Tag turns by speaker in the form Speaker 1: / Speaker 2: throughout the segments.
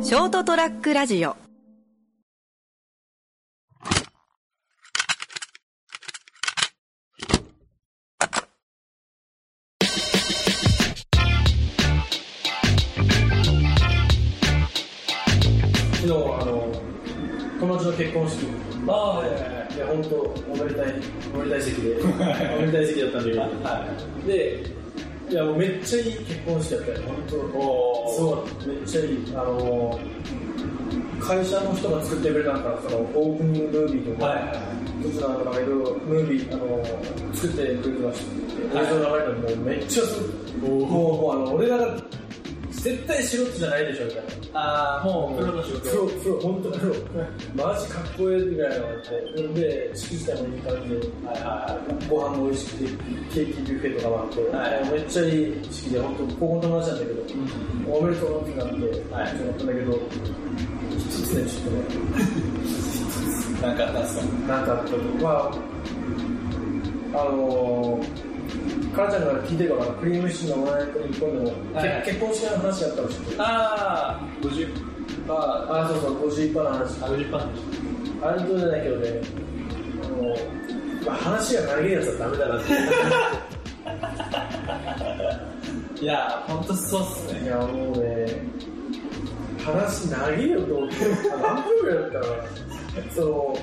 Speaker 1: ショートトラックラジオ
Speaker 2: 昨日あの友達の結婚式
Speaker 3: ああ、はいはいはい。
Speaker 2: いや本当おめでたいおめでたい席でおめでたい席だったんだけど、はい、でいやもうめっちゃいい結婚式だったよ本当
Speaker 3: おー
Speaker 2: そうめっちゃいいあの会社の人が作ってくれたんからそのオープニングムービーとか、
Speaker 3: はいはいはい
Speaker 2: どちらのかいろいろムービーあの作ってくれてました
Speaker 3: はい
Speaker 2: 映像流れたのもうめっちゃすごいもうもうあの俺らが絶対素人じゃないでしょみたいな
Speaker 3: ああ、もう、プロの仕事。
Speaker 2: そうそう本当プロマジかっこええぐらいのあってで式自体もいい感じで
Speaker 3: はいはいはい。
Speaker 2: ご飯も美味しくてケーキビュッフェとかもあって、
Speaker 3: はい
Speaker 2: めっちゃいい式で本当高校の友達なんだけど、おめでとうってなって、一緒
Speaker 3: はい
Speaker 2: にやったんだけど一つねちょっとね
Speaker 3: なんかあったんですか
Speaker 2: なんかあったけどまああのー母ちゃんから聞いてるからクリームシチューの前と日本でも、
Speaker 3: はい
Speaker 2: け結婚式の話やったらしくて
Speaker 3: ああ、50%。あ
Speaker 2: あそうそう51パーの話
Speaker 3: あ、50%。
Speaker 2: あれとじゃないけどね、あの、まあ、話が長いやつはダメだなっ
Speaker 3: いやー、ほんとそうっす
Speaker 2: て。い
Speaker 3: ね。
Speaker 2: や、もうね、話長いよと思って、あ何分ぐらいだったかな。その、
Speaker 3: はい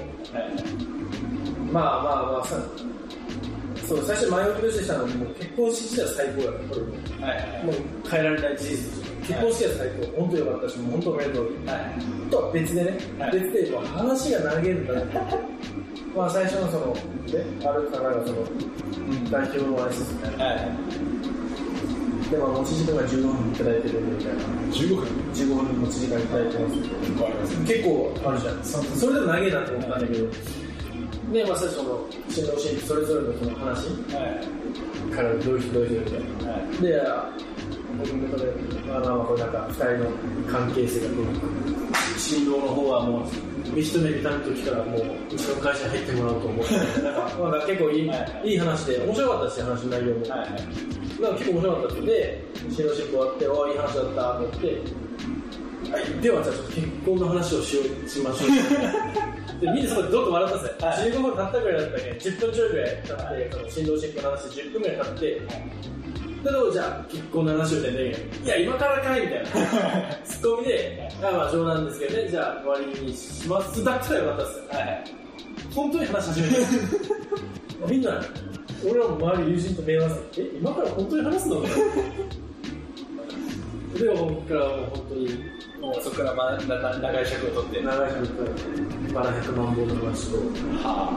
Speaker 2: まあまあまあさ、そう、最初前置きとしてしたのは、もう結婚式自体は最高だった。これも
Speaker 3: はいはい。
Speaker 2: もう変えられない事実。結婚式は最高。本当良かったし、もう本当おめでとう。
Speaker 3: はい。
Speaker 2: とは別でね、
Speaker 3: はい
Speaker 2: 別でもう話が長いんだなって。まあ最初のその、ね、あるからがその、
Speaker 3: うん
Speaker 2: 代表の挨拶みたいな。
Speaker 3: はい。
Speaker 2: でも持ち時間が15分いただいてるみたいな
Speaker 3: 15分
Speaker 2: 15分持ち時間いただいてますけど
Speaker 3: わかります。
Speaker 2: 結構あるじゃんそそれでも長いなと思ったんだけどでまあ最初の新郎新婦それぞれのその話
Speaker 3: はい。
Speaker 2: からどういう人どういう人みたい
Speaker 3: はい。
Speaker 2: なで僕の中でまあまあこれなんか2人の関係性がどうなのか新郎の方はもう一目見た時からもううちの会社に入ってもらおうと思ってなんかまあ結構いい,、
Speaker 3: はい
Speaker 2: い、い話で面白かったし話の内容も、
Speaker 3: はいはい。
Speaker 2: なんか結構面白かったんで、新郎新婦終わって、おーいい話だったと思って、はい、ではじゃあちょっと結婚の話をしようしましょ う。で、みんなそこでどっと笑ったんですよ。15分経ったぐらいだったんで、10分ちょいぐらい経って、その新郎新婦の話10分ぐらい経って、だけどじゃあ結婚の話をみたいないや、今からかいみた いな。ツッコミで、あまあ冗談ですけどね、じゃあ終わりにしますだけたらよかったですよ。
Speaker 3: はい。
Speaker 2: 本当に話し始めたみんな俺らも周り友人と目合わせてえ今から本当に話すの でも僕からもう本当に
Speaker 3: もうそこからまだだ長い尺を取って。は
Speaker 2: 長い時間バラ100万本の話と
Speaker 3: あ。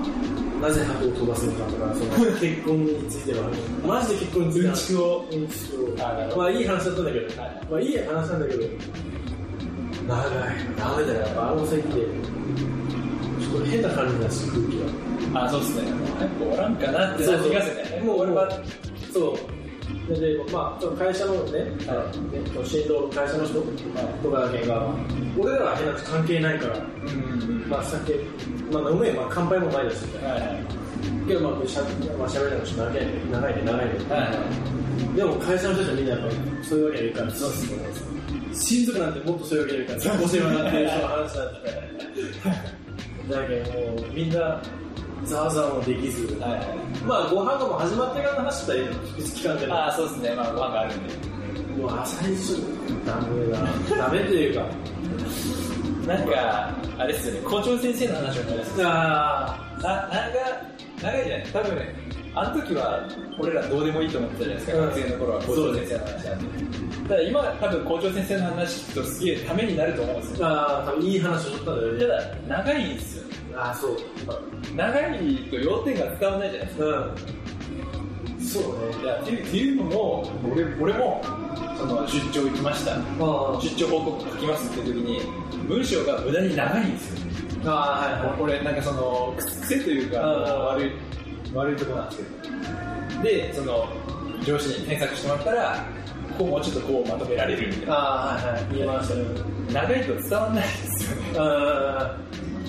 Speaker 2: なぜ箱を飛ばすのかとかその結婚についてはマジで結婚については
Speaker 3: うんちくを
Speaker 2: うんちくを
Speaker 3: あなるほど
Speaker 2: まあいい話だったんだけど、
Speaker 3: はい
Speaker 2: まあいい話なんだけど長いダメだよやっぱあの席でちょっと変な感じだし空気が。
Speaker 3: あ、そうっすね。もう早く終わらんかなって
Speaker 2: そう
Speaker 3: な
Speaker 2: そ
Speaker 3: っ
Speaker 2: う
Speaker 3: てきますよね。
Speaker 2: もう俺は、そう。で、でまあ、その会社のね、
Speaker 3: は
Speaker 2: ねその新郎の会社の人とかだけが、俺らは変な関係ないから、
Speaker 3: い。うん。
Speaker 2: まあ酒、まあ飲め、まあ乾杯もないですみたい
Speaker 3: はいはい。
Speaker 2: な。けど、まあ、しゃまあ、喋りながら長い、長いね、長いね。
Speaker 3: はいはい。
Speaker 2: でも会社の人たちはみんなやっぱりそういうわけにはいかない
Speaker 3: そうっすね。
Speaker 2: 親族なんてもっとそういうわけにはいかないお世話になってる人の話なんてだけどもうみんなざわざわもできず、
Speaker 3: はいはい。
Speaker 2: まあご飯がもう始まってからの話だったら聞かんけど
Speaker 3: ああ、そうですね。まあ、ご飯があるんで。
Speaker 2: もう朝一ダメだなダメというか
Speaker 3: なんか、あれですよね。校長先生の話を思い出す。
Speaker 2: あ
Speaker 3: な、長、長いじゃない多分ね、あの時は、俺らどうでもいいと思ってたじゃないですか。
Speaker 2: うん
Speaker 3: 学生の頃は校長先生の話なんで。ただ今、多分校長先生の話聞くとすげえためになると思うんですよ。
Speaker 2: あ多分いい話をしとったんだよね
Speaker 3: ただ、長いんですよね。
Speaker 2: ああそう
Speaker 3: 長いと要点が伝わらないじゃないですか。
Speaker 2: うんそうね
Speaker 3: いやっていうっていうのも、俺俺も、その、出張行きました。
Speaker 2: あ
Speaker 3: 出張報告書きますって時に、文章が無駄に長いんですよ。
Speaker 2: あああはいはい
Speaker 3: これなんかその癖というか
Speaker 2: うん
Speaker 3: 悪い悪いところなんですけどでその上司に添削してもらったらこうもうちょっとこうまとめられるみたいな
Speaker 2: ああはいはい言いましたね
Speaker 3: 長いと伝わんないですよね
Speaker 2: あ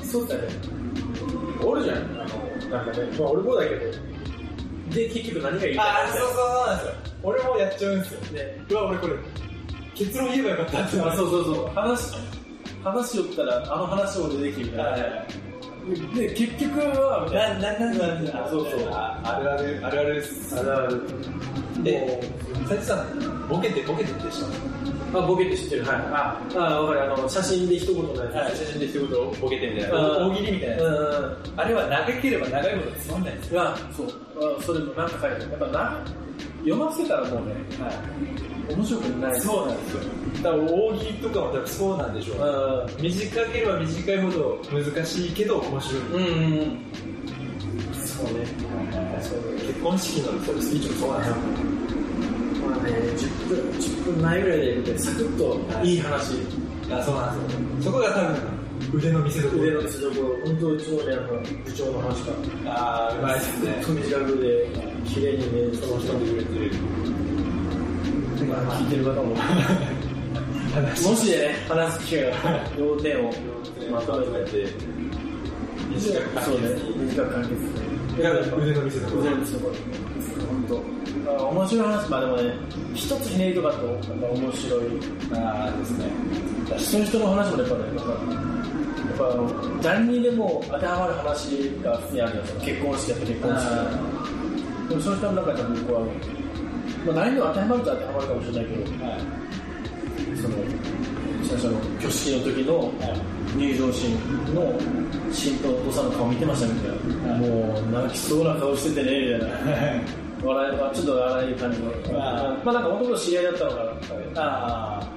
Speaker 2: ーそうだね。おるじゃん。あの、なんかね、まあ俺もだけど。で、結局何が言いたいの
Speaker 3: うそうなんですよ俺もやっちゃうんですよ
Speaker 2: ね
Speaker 3: うわ俺これ結論言えばよかったって
Speaker 2: あ、
Speaker 3: な
Speaker 2: そうそうそう。話、話しよったらあの話も出てきみたいな、で結局はみたい
Speaker 3: な、
Speaker 2: な
Speaker 3: な、な、な、な、
Speaker 2: そうそう
Speaker 3: ああるある、あるあるです。
Speaker 2: あるある
Speaker 3: で、佐々木さん、ボケて、ボケてでした。
Speaker 2: あボケって知ってるはい
Speaker 3: あ
Speaker 2: あ分かるあの写真で一言のや
Speaker 3: はい、写真で一言ボケてみたい
Speaker 2: あ
Speaker 3: な。
Speaker 2: ー
Speaker 3: 大喜利みたい
Speaker 2: つうん
Speaker 3: な。あれは長ければ長いほどつまんないです。
Speaker 2: がそうあそれもなんか書いてあるやっぱな読ませたらもうね面白くない
Speaker 3: そうなんですよ。だから大喜利とかも多分そうなんでしょうね。
Speaker 2: うん
Speaker 3: 短ければ短いほど難しいけど面白い、
Speaker 2: うんうんうんそうね
Speaker 3: 結婚式のそうスピーチもそうなんですよ
Speaker 2: まあね10分10分前ぐらいで見てサクッといい話
Speaker 3: あそうなんですよそこが多分腕の見せ所
Speaker 2: 腕の見せ所本当うちのねあの部長の話から
Speaker 3: ああうまいですね
Speaker 2: 組みグで綺麗にねその人でくれてるまあ聞いてる方もも
Speaker 3: 話
Speaker 2: しね話す機会が要点をまとめて
Speaker 3: 短く
Speaker 2: そうね
Speaker 3: ね
Speaker 2: 短く簡潔に
Speaker 3: 腕の見せ所
Speaker 2: 腕の見せ所本当あ面白い話まあでもね一つひねりとかってやっぱ面白い
Speaker 3: ああですね
Speaker 2: 人の人の話もやっぱねなんかやっぱあの誰にでも当てはまる話が普通にあるじゃないですか結婚式やって結婚式
Speaker 3: あ
Speaker 2: でもその人の中でも僕は、まあ、誰にも当てはまると当てはまるかもしれないけど
Speaker 3: はい
Speaker 2: その最初の挙式の時の入場シーンの新とお父さんの顔見てましたみたいな、
Speaker 3: はい
Speaker 2: もう泣きそうな顔しててねみたいな笑いはちょっと笑い感じの
Speaker 3: あー
Speaker 2: まあなんか男の知り合いだったのか
Speaker 3: あ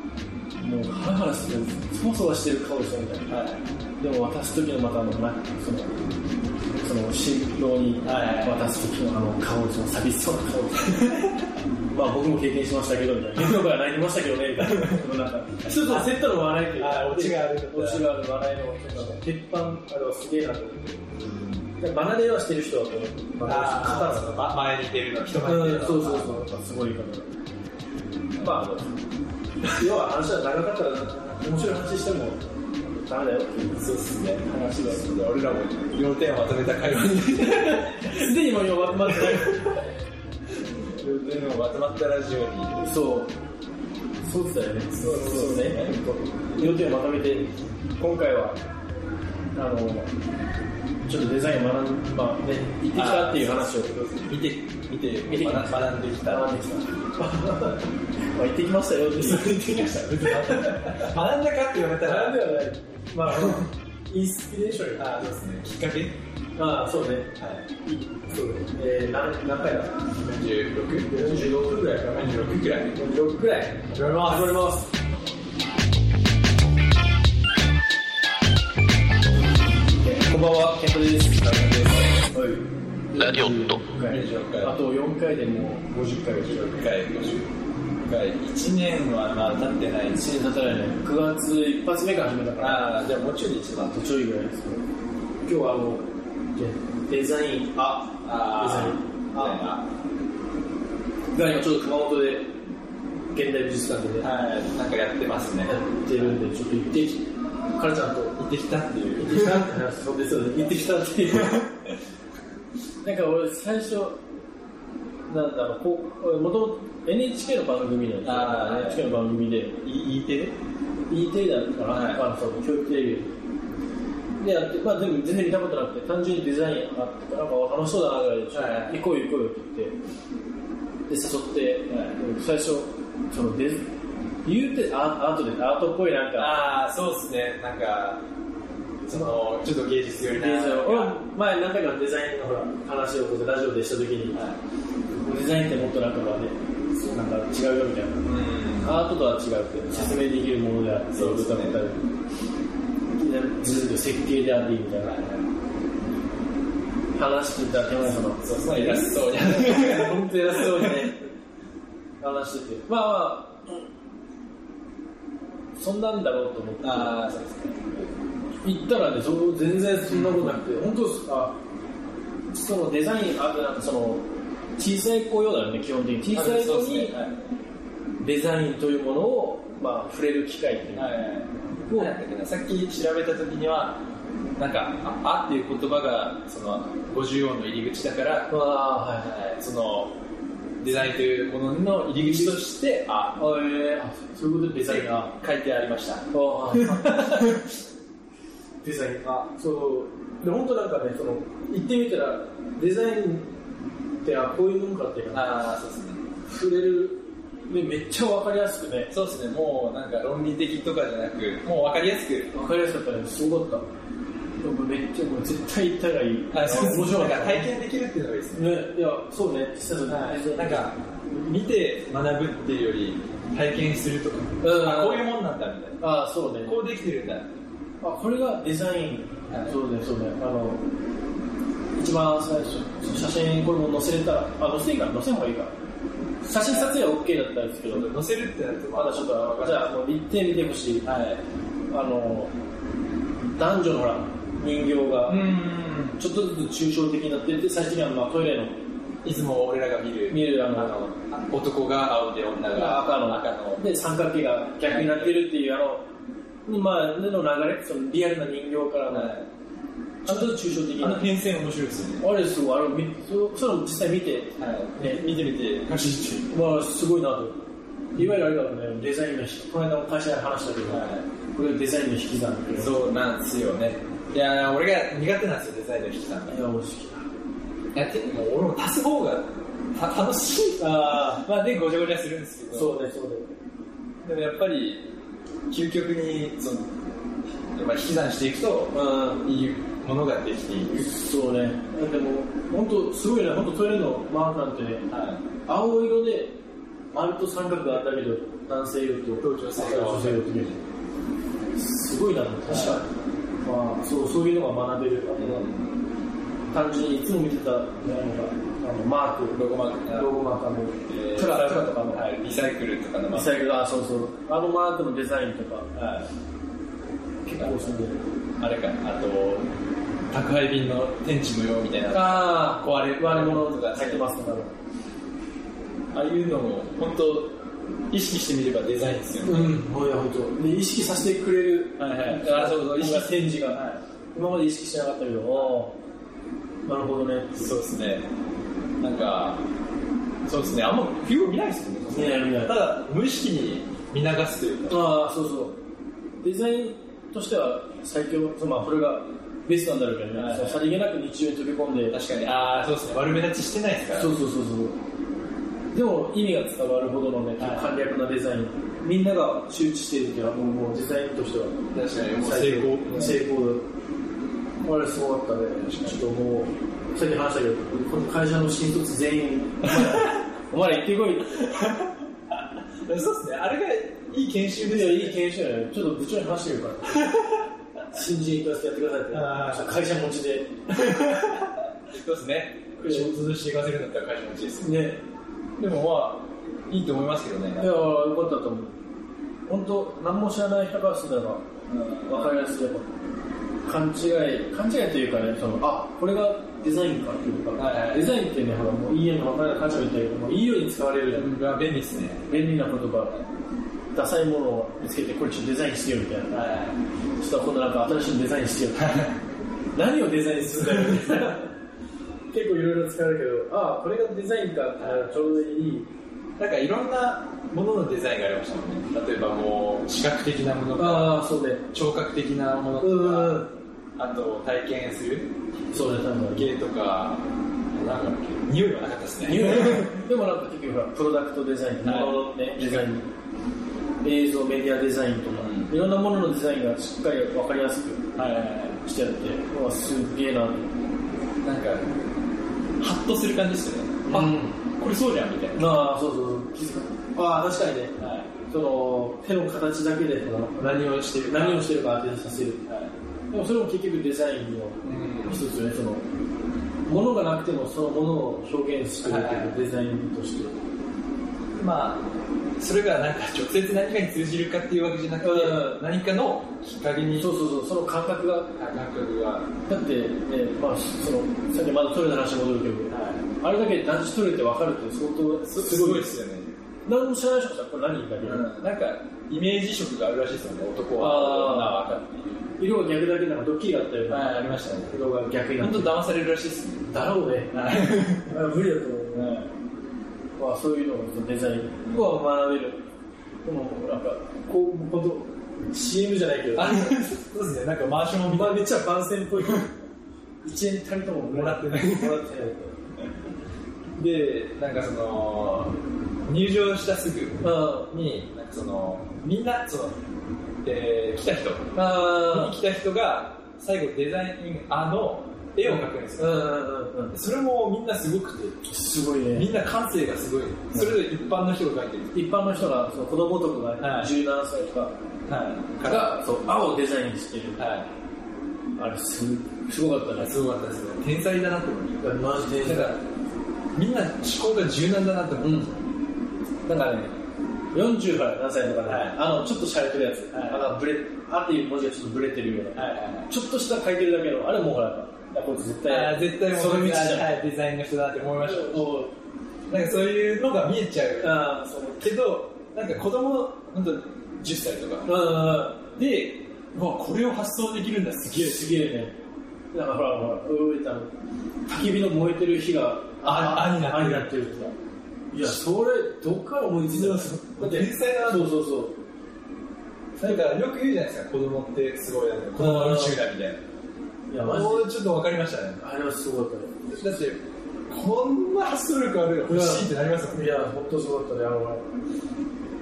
Speaker 2: なもうハラハラしててそわそわしてる顔してみたいな
Speaker 3: あはい
Speaker 2: でも渡す時のまたあのなそのその新郎に渡す時のあの顔その寂しそうな顔 まあ僕も経験しましたけどみたいな 僕は泣いてましたけどねみたいなこ のなんかちょっとセットの笑いという
Speaker 3: あーオチがある
Speaker 2: オチがある笑いのちょっと鉄板あれはすげえなと思ってで離れはしてる人だと思って
Speaker 3: あ
Speaker 2: 肩
Speaker 3: ー
Speaker 2: が
Speaker 3: ま前に出るの人前に出
Speaker 2: う
Speaker 3: る
Speaker 2: ん
Speaker 3: の
Speaker 2: そうそうそう、やっぱすごい方だ。まああの、要は話は長かったら、面白い話しても、ダメだよっていう
Speaker 3: そうですね
Speaker 2: 話だ
Speaker 3: じゃあ俺らも要点をまとめた会話に
Speaker 2: すでにもう終わって
Speaker 3: 要点をまとまったラジオに
Speaker 2: そう。そうだよね。そう
Speaker 3: そうそう
Speaker 2: ね。要点をまとめて、今回は、あの、ちょっとデザインを学ん、まあね、行ってきたっていう話を。
Speaker 3: 見て見て
Speaker 2: 見てきました
Speaker 3: 学んできた
Speaker 2: 学んできた。まあ行ってきましたよっていう。
Speaker 3: 言ってきました別に学んだ学んだかって言われたら
Speaker 2: 学んではない。まあ、インスピレーションよ。
Speaker 3: あそうですねきっかけ
Speaker 2: まあ、そうね。
Speaker 3: はい
Speaker 2: そうえー、何何回だ
Speaker 3: 46?
Speaker 2: 46ぐらいかな
Speaker 3: 46くらい
Speaker 2: 46ぐらい
Speaker 3: 始まりま
Speaker 2: 始まりますこんばんは、ケントです。は
Speaker 1: ラジオット。
Speaker 2: い。あと4回でもう50回です。
Speaker 3: 1回50回1年はまあ経ってないし
Speaker 2: 1年経たないね。9月一発目から始めたから、
Speaker 3: ああじゃあもうちょいで一番
Speaker 2: あとちょいぐらいですね。今日はあの、デザイン、あ、
Speaker 3: あーあ
Speaker 2: が今ちょうど熊本で、現代美術館でね、
Speaker 3: ー
Speaker 2: や
Speaker 3: はいなんかやってますね
Speaker 2: ってるんで、ちょっと行ってき、カラちゃんと
Speaker 3: 行ってきたってい
Speaker 2: 行ってきたって
Speaker 3: う
Speaker 2: 話そうですよね行ってきたっていう なんか俺最初なんだろうこう俺もともと NHK の番組なんですよ
Speaker 3: あー
Speaker 2: NHK の番組で
Speaker 3: いいてる
Speaker 2: E テレだったかな、
Speaker 3: はい
Speaker 2: あのその教育テレビでやって、まあ、でも全然見たことなくて単純にデザインがあってなんか楽しそうだなぐらいでしょ、
Speaker 3: はいは
Speaker 2: 行
Speaker 3: い
Speaker 2: こうよ行こうよって言ってで誘って、最初そのデザ言うてアアートでアートっぽいなんか
Speaker 3: ああそうですねなんかそのちょっと芸術寄りな
Speaker 2: デザイン俺
Speaker 3: は
Speaker 2: も前何回かデザインのほら話をこうやってラジオでした時に、デザインってもっとなんかまあねなんか違うよみたい
Speaker 3: いうん
Speaker 2: なアートとは違うけど説明できるものであって
Speaker 3: そうですね
Speaker 2: 歌ったりずっと設計でありみたいな話聞いた手前その
Speaker 3: そうそう偉そうに
Speaker 2: 本当偉そうにね話しててまあまあそんなんだろうと思って
Speaker 3: ああそうですね
Speaker 2: 行ったらね、そう全然そんなことなくて、本当ですか、そのデザイン、あなんかその小さい子用だよね、基本的に。小さい子
Speaker 3: そうです
Speaker 2: に
Speaker 3: ねはい
Speaker 2: デザインというものを、まあ、触れる機会っていうの
Speaker 3: はいはいはい、さっき調べた時にはなんか「あ」あっていう言葉がその50音の入り口だから、
Speaker 2: は。
Speaker 3: はいそのデザインというものの入り口として、あ、
Speaker 2: あえー、あそういうことでデザインが。
Speaker 3: 書いてありました。
Speaker 2: あデザインがそうで本当なんかねその行ってみたらデザインってあこういうもんかっていうか
Speaker 3: ああ、そうですね。
Speaker 2: 触れるでめっちゃ分かりやすくね
Speaker 3: そうですね、もうなんか論理的とかじゃなく、もうわかりやすく、
Speaker 2: 分かりやすかったねすごかったでもめっちゃもう絶対行ったらいい
Speaker 3: あそう
Speaker 2: 面
Speaker 3: 面
Speaker 2: 白か
Speaker 3: 白い。
Speaker 2: った
Speaker 3: なんか体験できるっていうのがいいですね。
Speaker 2: ねいやそうね実際
Speaker 3: はい、なんか見て学ぶっていうより体験するとか、
Speaker 2: うん
Speaker 3: あこういうもんなんだみたい
Speaker 2: ああそうね
Speaker 3: なこうできてるんだ
Speaker 2: あこれがデザイン、
Speaker 3: はい
Speaker 2: そうだよそうだよあの一番最初写真これも載せれたらあ載せいいから載せん方がいいから写真撮影は OK だったんですけど
Speaker 3: 載せるってなると
Speaker 2: まだちょっとじ
Speaker 3: じゃ
Speaker 2: ゃあもう行ってみてほしい
Speaker 3: あはい
Speaker 2: あの男女のほら人形が
Speaker 3: ん
Speaker 2: ちょっとずつ抽象的になってって最終的にはまあトイレの
Speaker 3: いつも俺らが見る
Speaker 2: 見るあ
Speaker 3: あ
Speaker 2: の
Speaker 3: の男が青で女が
Speaker 2: 赤の
Speaker 3: 赤の
Speaker 2: で三角形が逆になってるっていうあの、まあ、の流れそのリアルな人形からの、
Speaker 3: はい
Speaker 2: ちょっとずつ抽象的に
Speaker 3: あ
Speaker 2: な
Speaker 3: の
Speaker 2: って
Speaker 3: 変遷面白いですよね
Speaker 2: あれすごい、あれみ、そそれも実際見て、
Speaker 3: はい
Speaker 2: ね
Speaker 3: 見てみて感心して
Speaker 2: まあ、すごいなと。いわゆるあれだろうね、デザインの引き、この間も会社で話したけど、
Speaker 3: は
Speaker 2: これデザインの引き算っていう。う。
Speaker 3: そうなんですよねいやー俺が苦手なんですよデザインの引き算が
Speaker 2: いや、もう好
Speaker 3: やってもう俺も足す方がた楽しい
Speaker 2: きだ。あ
Speaker 3: まあでごちゃごちゃするんですけ
Speaker 2: あ、
Speaker 3: ど
Speaker 2: そうね、そうね。
Speaker 3: でもやっぱり究極にそのやっぱ引き算していくと
Speaker 2: うん。
Speaker 3: いいものができていく、
Speaker 2: そうね。でも、本当すごいね、本当トイレのマークなんてね、
Speaker 3: は
Speaker 2: 青色で、丸と三角があったけど、男性色と、
Speaker 3: と女性色
Speaker 2: 女性色ってすごいな、確かに。まあ、そう、そういうのが学べる。あ
Speaker 3: い
Speaker 2: とは単純にいつも見てたなんかあのマーク
Speaker 3: ロゴマーク
Speaker 2: ロゴマークあの
Speaker 3: えー
Speaker 2: トラトラとかの
Speaker 3: はい、リサイクルとかのマ
Speaker 2: リ
Speaker 3: ーク
Speaker 2: サイクルあそうそうあのマークのデザインとか
Speaker 3: はい
Speaker 2: 結構すごい
Speaker 3: あれかあと宅配便の天地無用みたいな
Speaker 2: あ
Speaker 3: 壊れ
Speaker 2: 割れ物とか入ってますね多分
Speaker 3: ああいうのも本当意識してみればデザインですよね、
Speaker 2: うんもういや本当で意識させてくれる
Speaker 3: はいはいあそうそう
Speaker 2: 意
Speaker 3: 意
Speaker 2: 識
Speaker 3: 識
Speaker 2: 展示が、今まで意識してなかったけどおーなるほどね
Speaker 3: そうですねなんかそうですねあんま冬を見ないですよね
Speaker 2: 見ない見ない
Speaker 3: ただ無意識に見流すというか
Speaker 2: ああそうそうデザインとしては最強まあこれがベストなんだろうけどね、
Speaker 3: はい
Speaker 2: そうさりげなく日常に飛び込んで
Speaker 3: 確かにああそうですね悪目立ちしてないですから
Speaker 2: そうそうそうそうでも意味が伝わるほどのね、
Speaker 3: はい
Speaker 2: 簡略なデザインみんなが周知している時はもうもうデザインとしては
Speaker 3: 確かにもう
Speaker 2: 最
Speaker 3: 成
Speaker 2: 高
Speaker 3: 功
Speaker 2: 成功だあれすごかったねちょっともうさっき話したけどこの会社の新卒全員 お前ら行ってこい
Speaker 3: そうですねあれがいい研修
Speaker 2: い
Speaker 3: です
Speaker 2: や
Speaker 3: よね
Speaker 2: いい研修だよちょっと部長に話してみるから 新人としてやってくだ
Speaker 3: あー
Speaker 2: さいって会社持ちで
Speaker 3: そうですね仕事として行かせるんだったら会社持ちいいです
Speaker 2: ね
Speaker 3: でもまあいいと思いますけどね
Speaker 2: いやよかったと思う本当何も知らない人からすればわかりやすいやっぱ勘違い勘違いというかねそのあこれがデザインかっていうか、
Speaker 3: はいはい
Speaker 2: デザインってねほらもういいように分からない感謝みたいなもういいように使われるじゃん
Speaker 3: うんまあ便利ですね
Speaker 2: 便利な言葉ダサいものを見つけてこれちょっとデザインしてよみたいな
Speaker 3: は
Speaker 2: ちょっと今度なんか新しいのデザインしてよ何をデザインするんだよ結構いろいろ使われるけどあこれがデザインかってならちょうどいい
Speaker 3: いなんかいろんなもののデザインがありましたもんね例えばもう視覚的なものが
Speaker 2: ああそうね
Speaker 3: 聴覚的なもの
Speaker 2: う
Speaker 3: と
Speaker 2: ん
Speaker 3: かあと体験する
Speaker 2: そうね多分
Speaker 3: 系とかなんだっけ匂いはなかったですね
Speaker 2: 匂いでもなんか結局ほらプロダクトデザイン、
Speaker 3: はい
Speaker 2: もののね、デザイン映像メディアデザインとか、
Speaker 3: う
Speaker 2: いろんなもののデザインがしっかり分かりやすく
Speaker 3: はいはいはい
Speaker 2: してあってうわすげえな
Speaker 3: なんか、ハッとする感じですよね。
Speaker 2: う
Speaker 3: あ、これそうじゃんみたいな。
Speaker 2: ああそうそうそう気づかああ確かにね
Speaker 3: はい。
Speaker 2: その手の形だけでこの
Speaker 3: 何をしてる
Speaker 2: 何をしててるか当てさせる
Speaker 3: る。はい。
Speaker 2: でもそれも結局デザインの
Speaker 3: うん
Speaker 2: 一つよねそのものがなくてもそのものを表現してる
Speaker 3: はいはい
Speaker 2: デザインとして
Speaker 3: まあ、それがなんか直接何かに通じるかっていうわけじゃなくて、
Speaker 2: う
Speaker 3: 何かのきっかけに、
Speaker 2: そうそうそうその感覚が
Speaker 3: 感覚が、は
Speaker 2: だって、ねまあ、そのさっきまだトイレの話戻るけど、あれだけ男子トイレって分かるって相当
Speaker 3: い。す
Speaker 2: すご
Speaker 3: ご
Speaker 2: いで
Speaker 3: いですすよね。
Speaker 2: 何も知らない人からこれ何だけど、
Speaker 3: なんか、イメージ色があるらしいですよね、男は。
Speaker 2: あ
Speaker 3: 女は赤っていう。
Speaker 2: 色が逆だけなんかドッキリがあったよね、
Speaker 3: はい、ありましたね。
Speaker 2: 色が逆になっ
Speaker 3: 本
Speaker 2: て
Speaker 3: 当騙されるらしいですね。
Speaker 2: だろうね
Speaker 3: はい。
Speaker 2: あ無理だと思う、まあ、そういうののデザインを学べる。でも、なんか、こう、本当 CM じゃないけど、
Speaker 3: あ そうですね、なんかマーションも
Speaker 2: まあ、めっちゃ番宣っぽい。1円たりとももらってない。もらってない。で、
Speaker 3: なんかその、入場したすぐ
Speaker 2: あ
Speaker 3: に、なんかその、みんな、その、えー来た人、
Speaker 2: あ、ああ、
Speaker 3: 来た人が、最後デザイン、あの、絵を描くんです
Speaker 2: う
Speaker 3: よ。
Speaker 2: んうんうんうん。
Speaker 3: それもみんなすごくて、
Speaker 2: すごいね
Speaker 3: み。んな感性がすごい。それで一般の人が描いてる。
Speaker 2: 一般の人がその子供とか
Speaker 3: は
Speaker 2: が
Speaker 3: い
Speaker 2: 17歳とか
Speaker 3: はい。から、
Speaker 2: がそう青をデザインしてる
Speaker 3: は
Speaker 2: あれすすごかった
Speaker 3: い。
Speaker 2: ね
Speaker 3: すごかったですね。天才だなと思って。
Speaker 2: マジで
Speaker 3: なんか、みんな思考が柔軟だなと思って。なんかね、
Speaker 2: 40から何歳とかね、
Speaker 3: はい
Speaker 2: あのちょっとしゃれてるやつ、
Speaker 3: はい
Speaker 2: あのブレあっていう文字がちょっとブレてるような、
Speaker 3: はいはいはい。
Speaker 2: ちょっとした書いてるだけのあれもうほらいやこいつ絶
Speaker 3: あ
Speaker 2: 対
Speaker 3: ー絶対もう
Speaker 2: その道じゃん、
Speaker 3: はいデザインの人だって思いました
Speaker 2: おう
Speaker 3: なんかそういうのが見えちゃう
Speaker 2: あーそう
Speaker 3: けどなんか子供本当10歳とか
Speaker 2: うん
Speaker 3: でうわこれを発想できるんだす
Speaker 2: すげえすげえねなんかほらほらうーいたの焚き火の燃えてる火が
Speaker 3: ああになってる
Speaker 2: なってるとかいやそれどっから思いついたのだって
Speaker 3: 天才だな
Speaker 2: そうそうそう
Speaker 3: なんかよく言うじゃないですか子供ってすごいなんか子供は宇宙だみたい
Speaker 2: いや、
Speaker 3: な
Speaker 2: マジで
Speaker 3: も。うちょっと分かりましたね
Speaker 2: あれはすごかっ
Speaker 3: だってこんな発想力あるよ欲しいってなりますも
Speaker 2: た
Speaker 3: んね
Speaker 2: ね。いや、本当すごかったね、あの、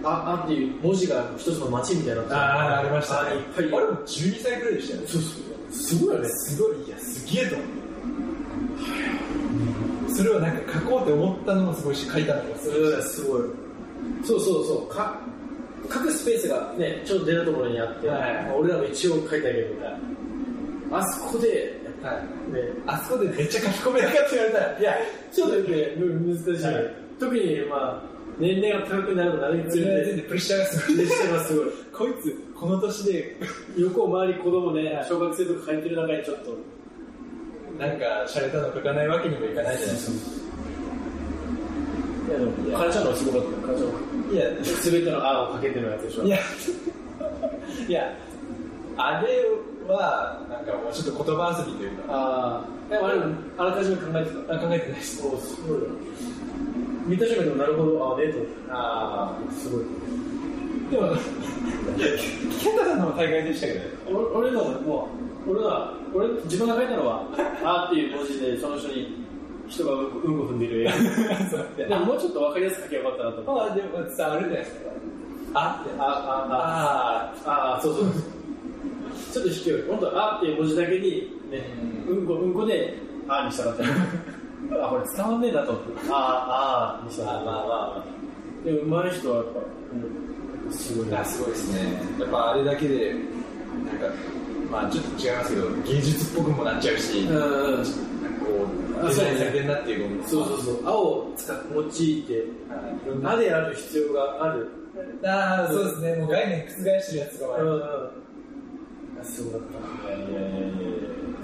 Speaker 2: あ、あっていう文字が一つの街みたいになって
Speaker 3: ああありましたね
Speaker 2: あいっぱい。
Speaker 3: あれも12歳くらいでしたよね
Speaker 2: そうそう。すごいよね。
Speaker 3: すごいいやすげえと思ってそれをなんか書こうって思ったのもすごいし書いたのもす
Speaker 2: そ
Speaker 3: ご
Speaker 2: れ
Speaker 3: い
Speaker 2: はすごい。そうそうそう。か、書くスペースがね、ちょっと出るところにあって、
Speaker 3: はい
Speaker 2: まあ俺らも一応書いてあげるみたいな。あそこで、
Speaker 3: はい
Speaker 2: ね、
Speaker 3: あそこでめっちゃ書き込めなかった言われたらいや
Speaker 2: ちょっとね、む難しい。
Speaker 3: はい
Speaker 2: 特に、まあ、年齢が高くなるのなるにつ
Speaker 3: そ
Speaker 2: れ
Speaker 3: れは全
Speaker 2: て、
Speaker 3: 然プレッシャーがすごい
Speaker 2: 列車 がすごい。
Speaker 3: こいつこの年で
Speaker 2: 横を周り子供ね、小学生とか書いてる中にちょっと。
Speaker 3: なんか洒落たの書かないわけにもいかないじゃないです
Speaker 2: いやでも、カラちゃんのはすごかった。カラちゃんは。
Speaker 3: かいや
Speaker 2: すべてのあをかけてのやつでしょ。
Speaker 3: いや いやあれはなんかもうちょっと言葉遊びというか
Speaker 2: ああ、でもあれ、あらかじめ考えて
Speaker 3: あ考えてないです
Speaker 2: た。おすごいな。見た瞬間でもなるほど、ああ、ねえと思っ
Speaker 3: あ
Speaker 2: た。すごい。
Speaker 3: あでも健太さんのも大概でしたけどね
Speaker 2: 俺俺のももう、俺は、俺、自分が書いたのは、あっていう文字で、その人に、人がうんこうんこ踏んでる絵。
Speaker 3: そう
Speaker 2: でももうちょっと分かりやすく書けばよかったなと思って。
Speaker 3: まあでもさあるじゃないですかあって
Speaker 2: あ、あ、
Speaker 3: あ
Speaker 2: あ、ああ、そうそう。ちょっと低い。本当あっていう文字だけに、ね、うんこうんこで、あにしたかった。あ、これ伝わんねえなと思って。ああ、あにしたか
Speaker 3: まあまあ
Speaker 2: っ
Speaker 3: ま
Speaker 2: た。でも、上手い人はやっぱ、うん、すごい
Speaker 3: あま
Speaker 2: な
Speaker 3: あ。すごいですねやっぱあれだけでなんかまあちょっと違いますけど芸術っぽくもなっちゃうし、
Speaker 2: うんうん。
Speaker 3: なんかこう
Speaker 2: あ
Speaker 3: デ
Speaker 2: そう
Speaker 3: ザ
Speaker 2: で
Speaker 3: イ
Speaker 2: すね
Speaker 3: ンだけになっていう
Speaker 2: そうそうそう。青を使っ用いて、
Speaker 3: はいいろんな
Speaker 2: なである必要がある。
Speaker 3: ああそうですねもう概念覆してるやつと
Speaker 2: う
Speaker 3: か
Speaker 2: ん
Speaker 3: も
Speaker 2: うん。あすごかった。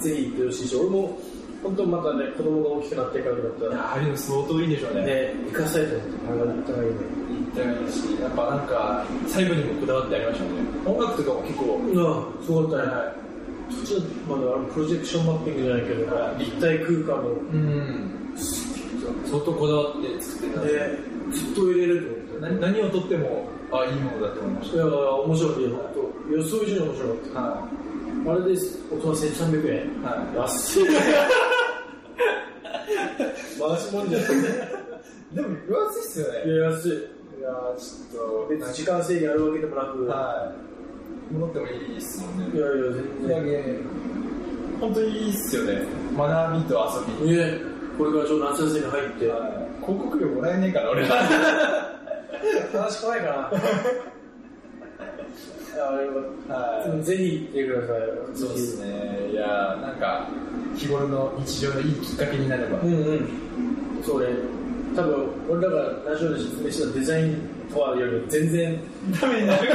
Speaker 2: ぜひ行ってほしいし、俺も、本当またね、子供が大きくなってからだった
Speaker 3: い
Speaker 2: ら、
Speaker 3: やあれも相当いいでしょうね
Speaker 2: ね、生かされてるって考えたらいいね。
Speaker 3: 行ったらいいしやっぱなんか細部にもこだわってありましたもんね音楽とかも結構
Speaker 2: ああ、すごかったね。
Speaker 3: は
Speaker 2: 途中まであのプロジェクションマッピングじゃないけど、
Speaker 3: はい
Speaker 2: 立体空間の、
Speaker 3: いうん相当こだわって作ってたんで
Speaker 2: ね、ずっと入れると思って。
Speaker 3: 何何をとってもあいいものだと思いまし
Speaker 2: いや、面白い、本当予想以上に面白かった
Speaker 3: は
Speaker 2: た。あれです、大人1300円。
Speaker 3: いはい
Speaker 2: 安い。回しもんじゃない。
Speaker 3: でも分厚いっすよね。
Speaker 2: いや、安い。
Speaker 3: いやーちょっ
Speaker 2: 別に時間制限あるわけでもなく、
Speaker 3: はい。戻ってもいいっすもん
Speaker 2: い
Speaker 3: ね。
Speaker 2: やいや、全然。
Speaker 3: 本当にいいっすよね。学びと遊び。
Speaker 2: ね、これからちょうど夏休みに入って、
Speaker 3: 広告料もらえねえから俺は。
Speaker 2: 話来ないかな。いやあれは
Speaker 3: は
Speaker 2: ぜひ行ってください。
Speaker 3: い。そうですね。いやーなんか日頃の日常のいいきっかけにな れば。
Speaker 2: うんうん。それ、多分俺らがラジオで説明したデザインとはより全然、
Speaker 3: ダメになる。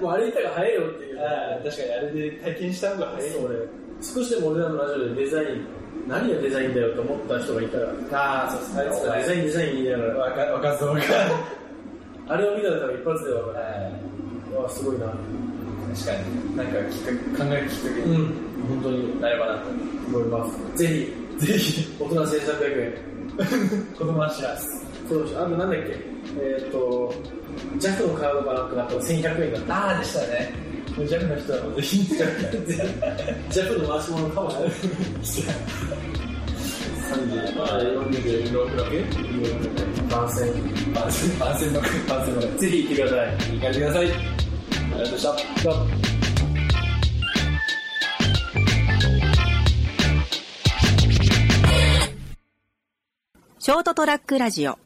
Speaker 2: もうあれ言ったら早いよっていう。
Speaker 3: 確かにあれで体験した方が早い。
Speaker 2: そう俺、少しでも俺らのラジオでデザイン、何がデザインだよと思った人がいたら、
Speaker 3: ああそう
Speaker 2: あい
Speaker 3: で
Speaker 2: つ
Speaker 3: す
Speaker 2: がデザインデザイン言いながら、
Speaker 3: 若若造が。
Speaker 2: あれを見たら多分一発でわかる
Speaker 3: は。
Speaker 2: うわ、すごいな。
Speaker 3: い確かになんかきっかけ考えるきっかけに
Speaker 2: ん、本当に
Speaker 3: なればなと。
Speaker 2: 思います。ぜひ、
Speaker 3: ぜひ。
Speaker 2: 大人1300円、
Speaker 3: 子供は知らず。
Speaker 2: そうでしょあとなんだっけえっ、と弱のカードかなんかだと1100円だ った
Speaker 3: ああ、でしたね。もうジャムの人はもうぜひジャム。
Speaker 2: 弱の回し物かもしれない30まあ40
Speaker 3: 46だけ
Speaker 2: 番線
Speaker 3: 番宣、番宣の、 番宣の。
Speaker 2: ぜひ行ってください
Speaker 3: 行かれてください。ありがとうございました。
Speaker 1: ショートトラックラジオ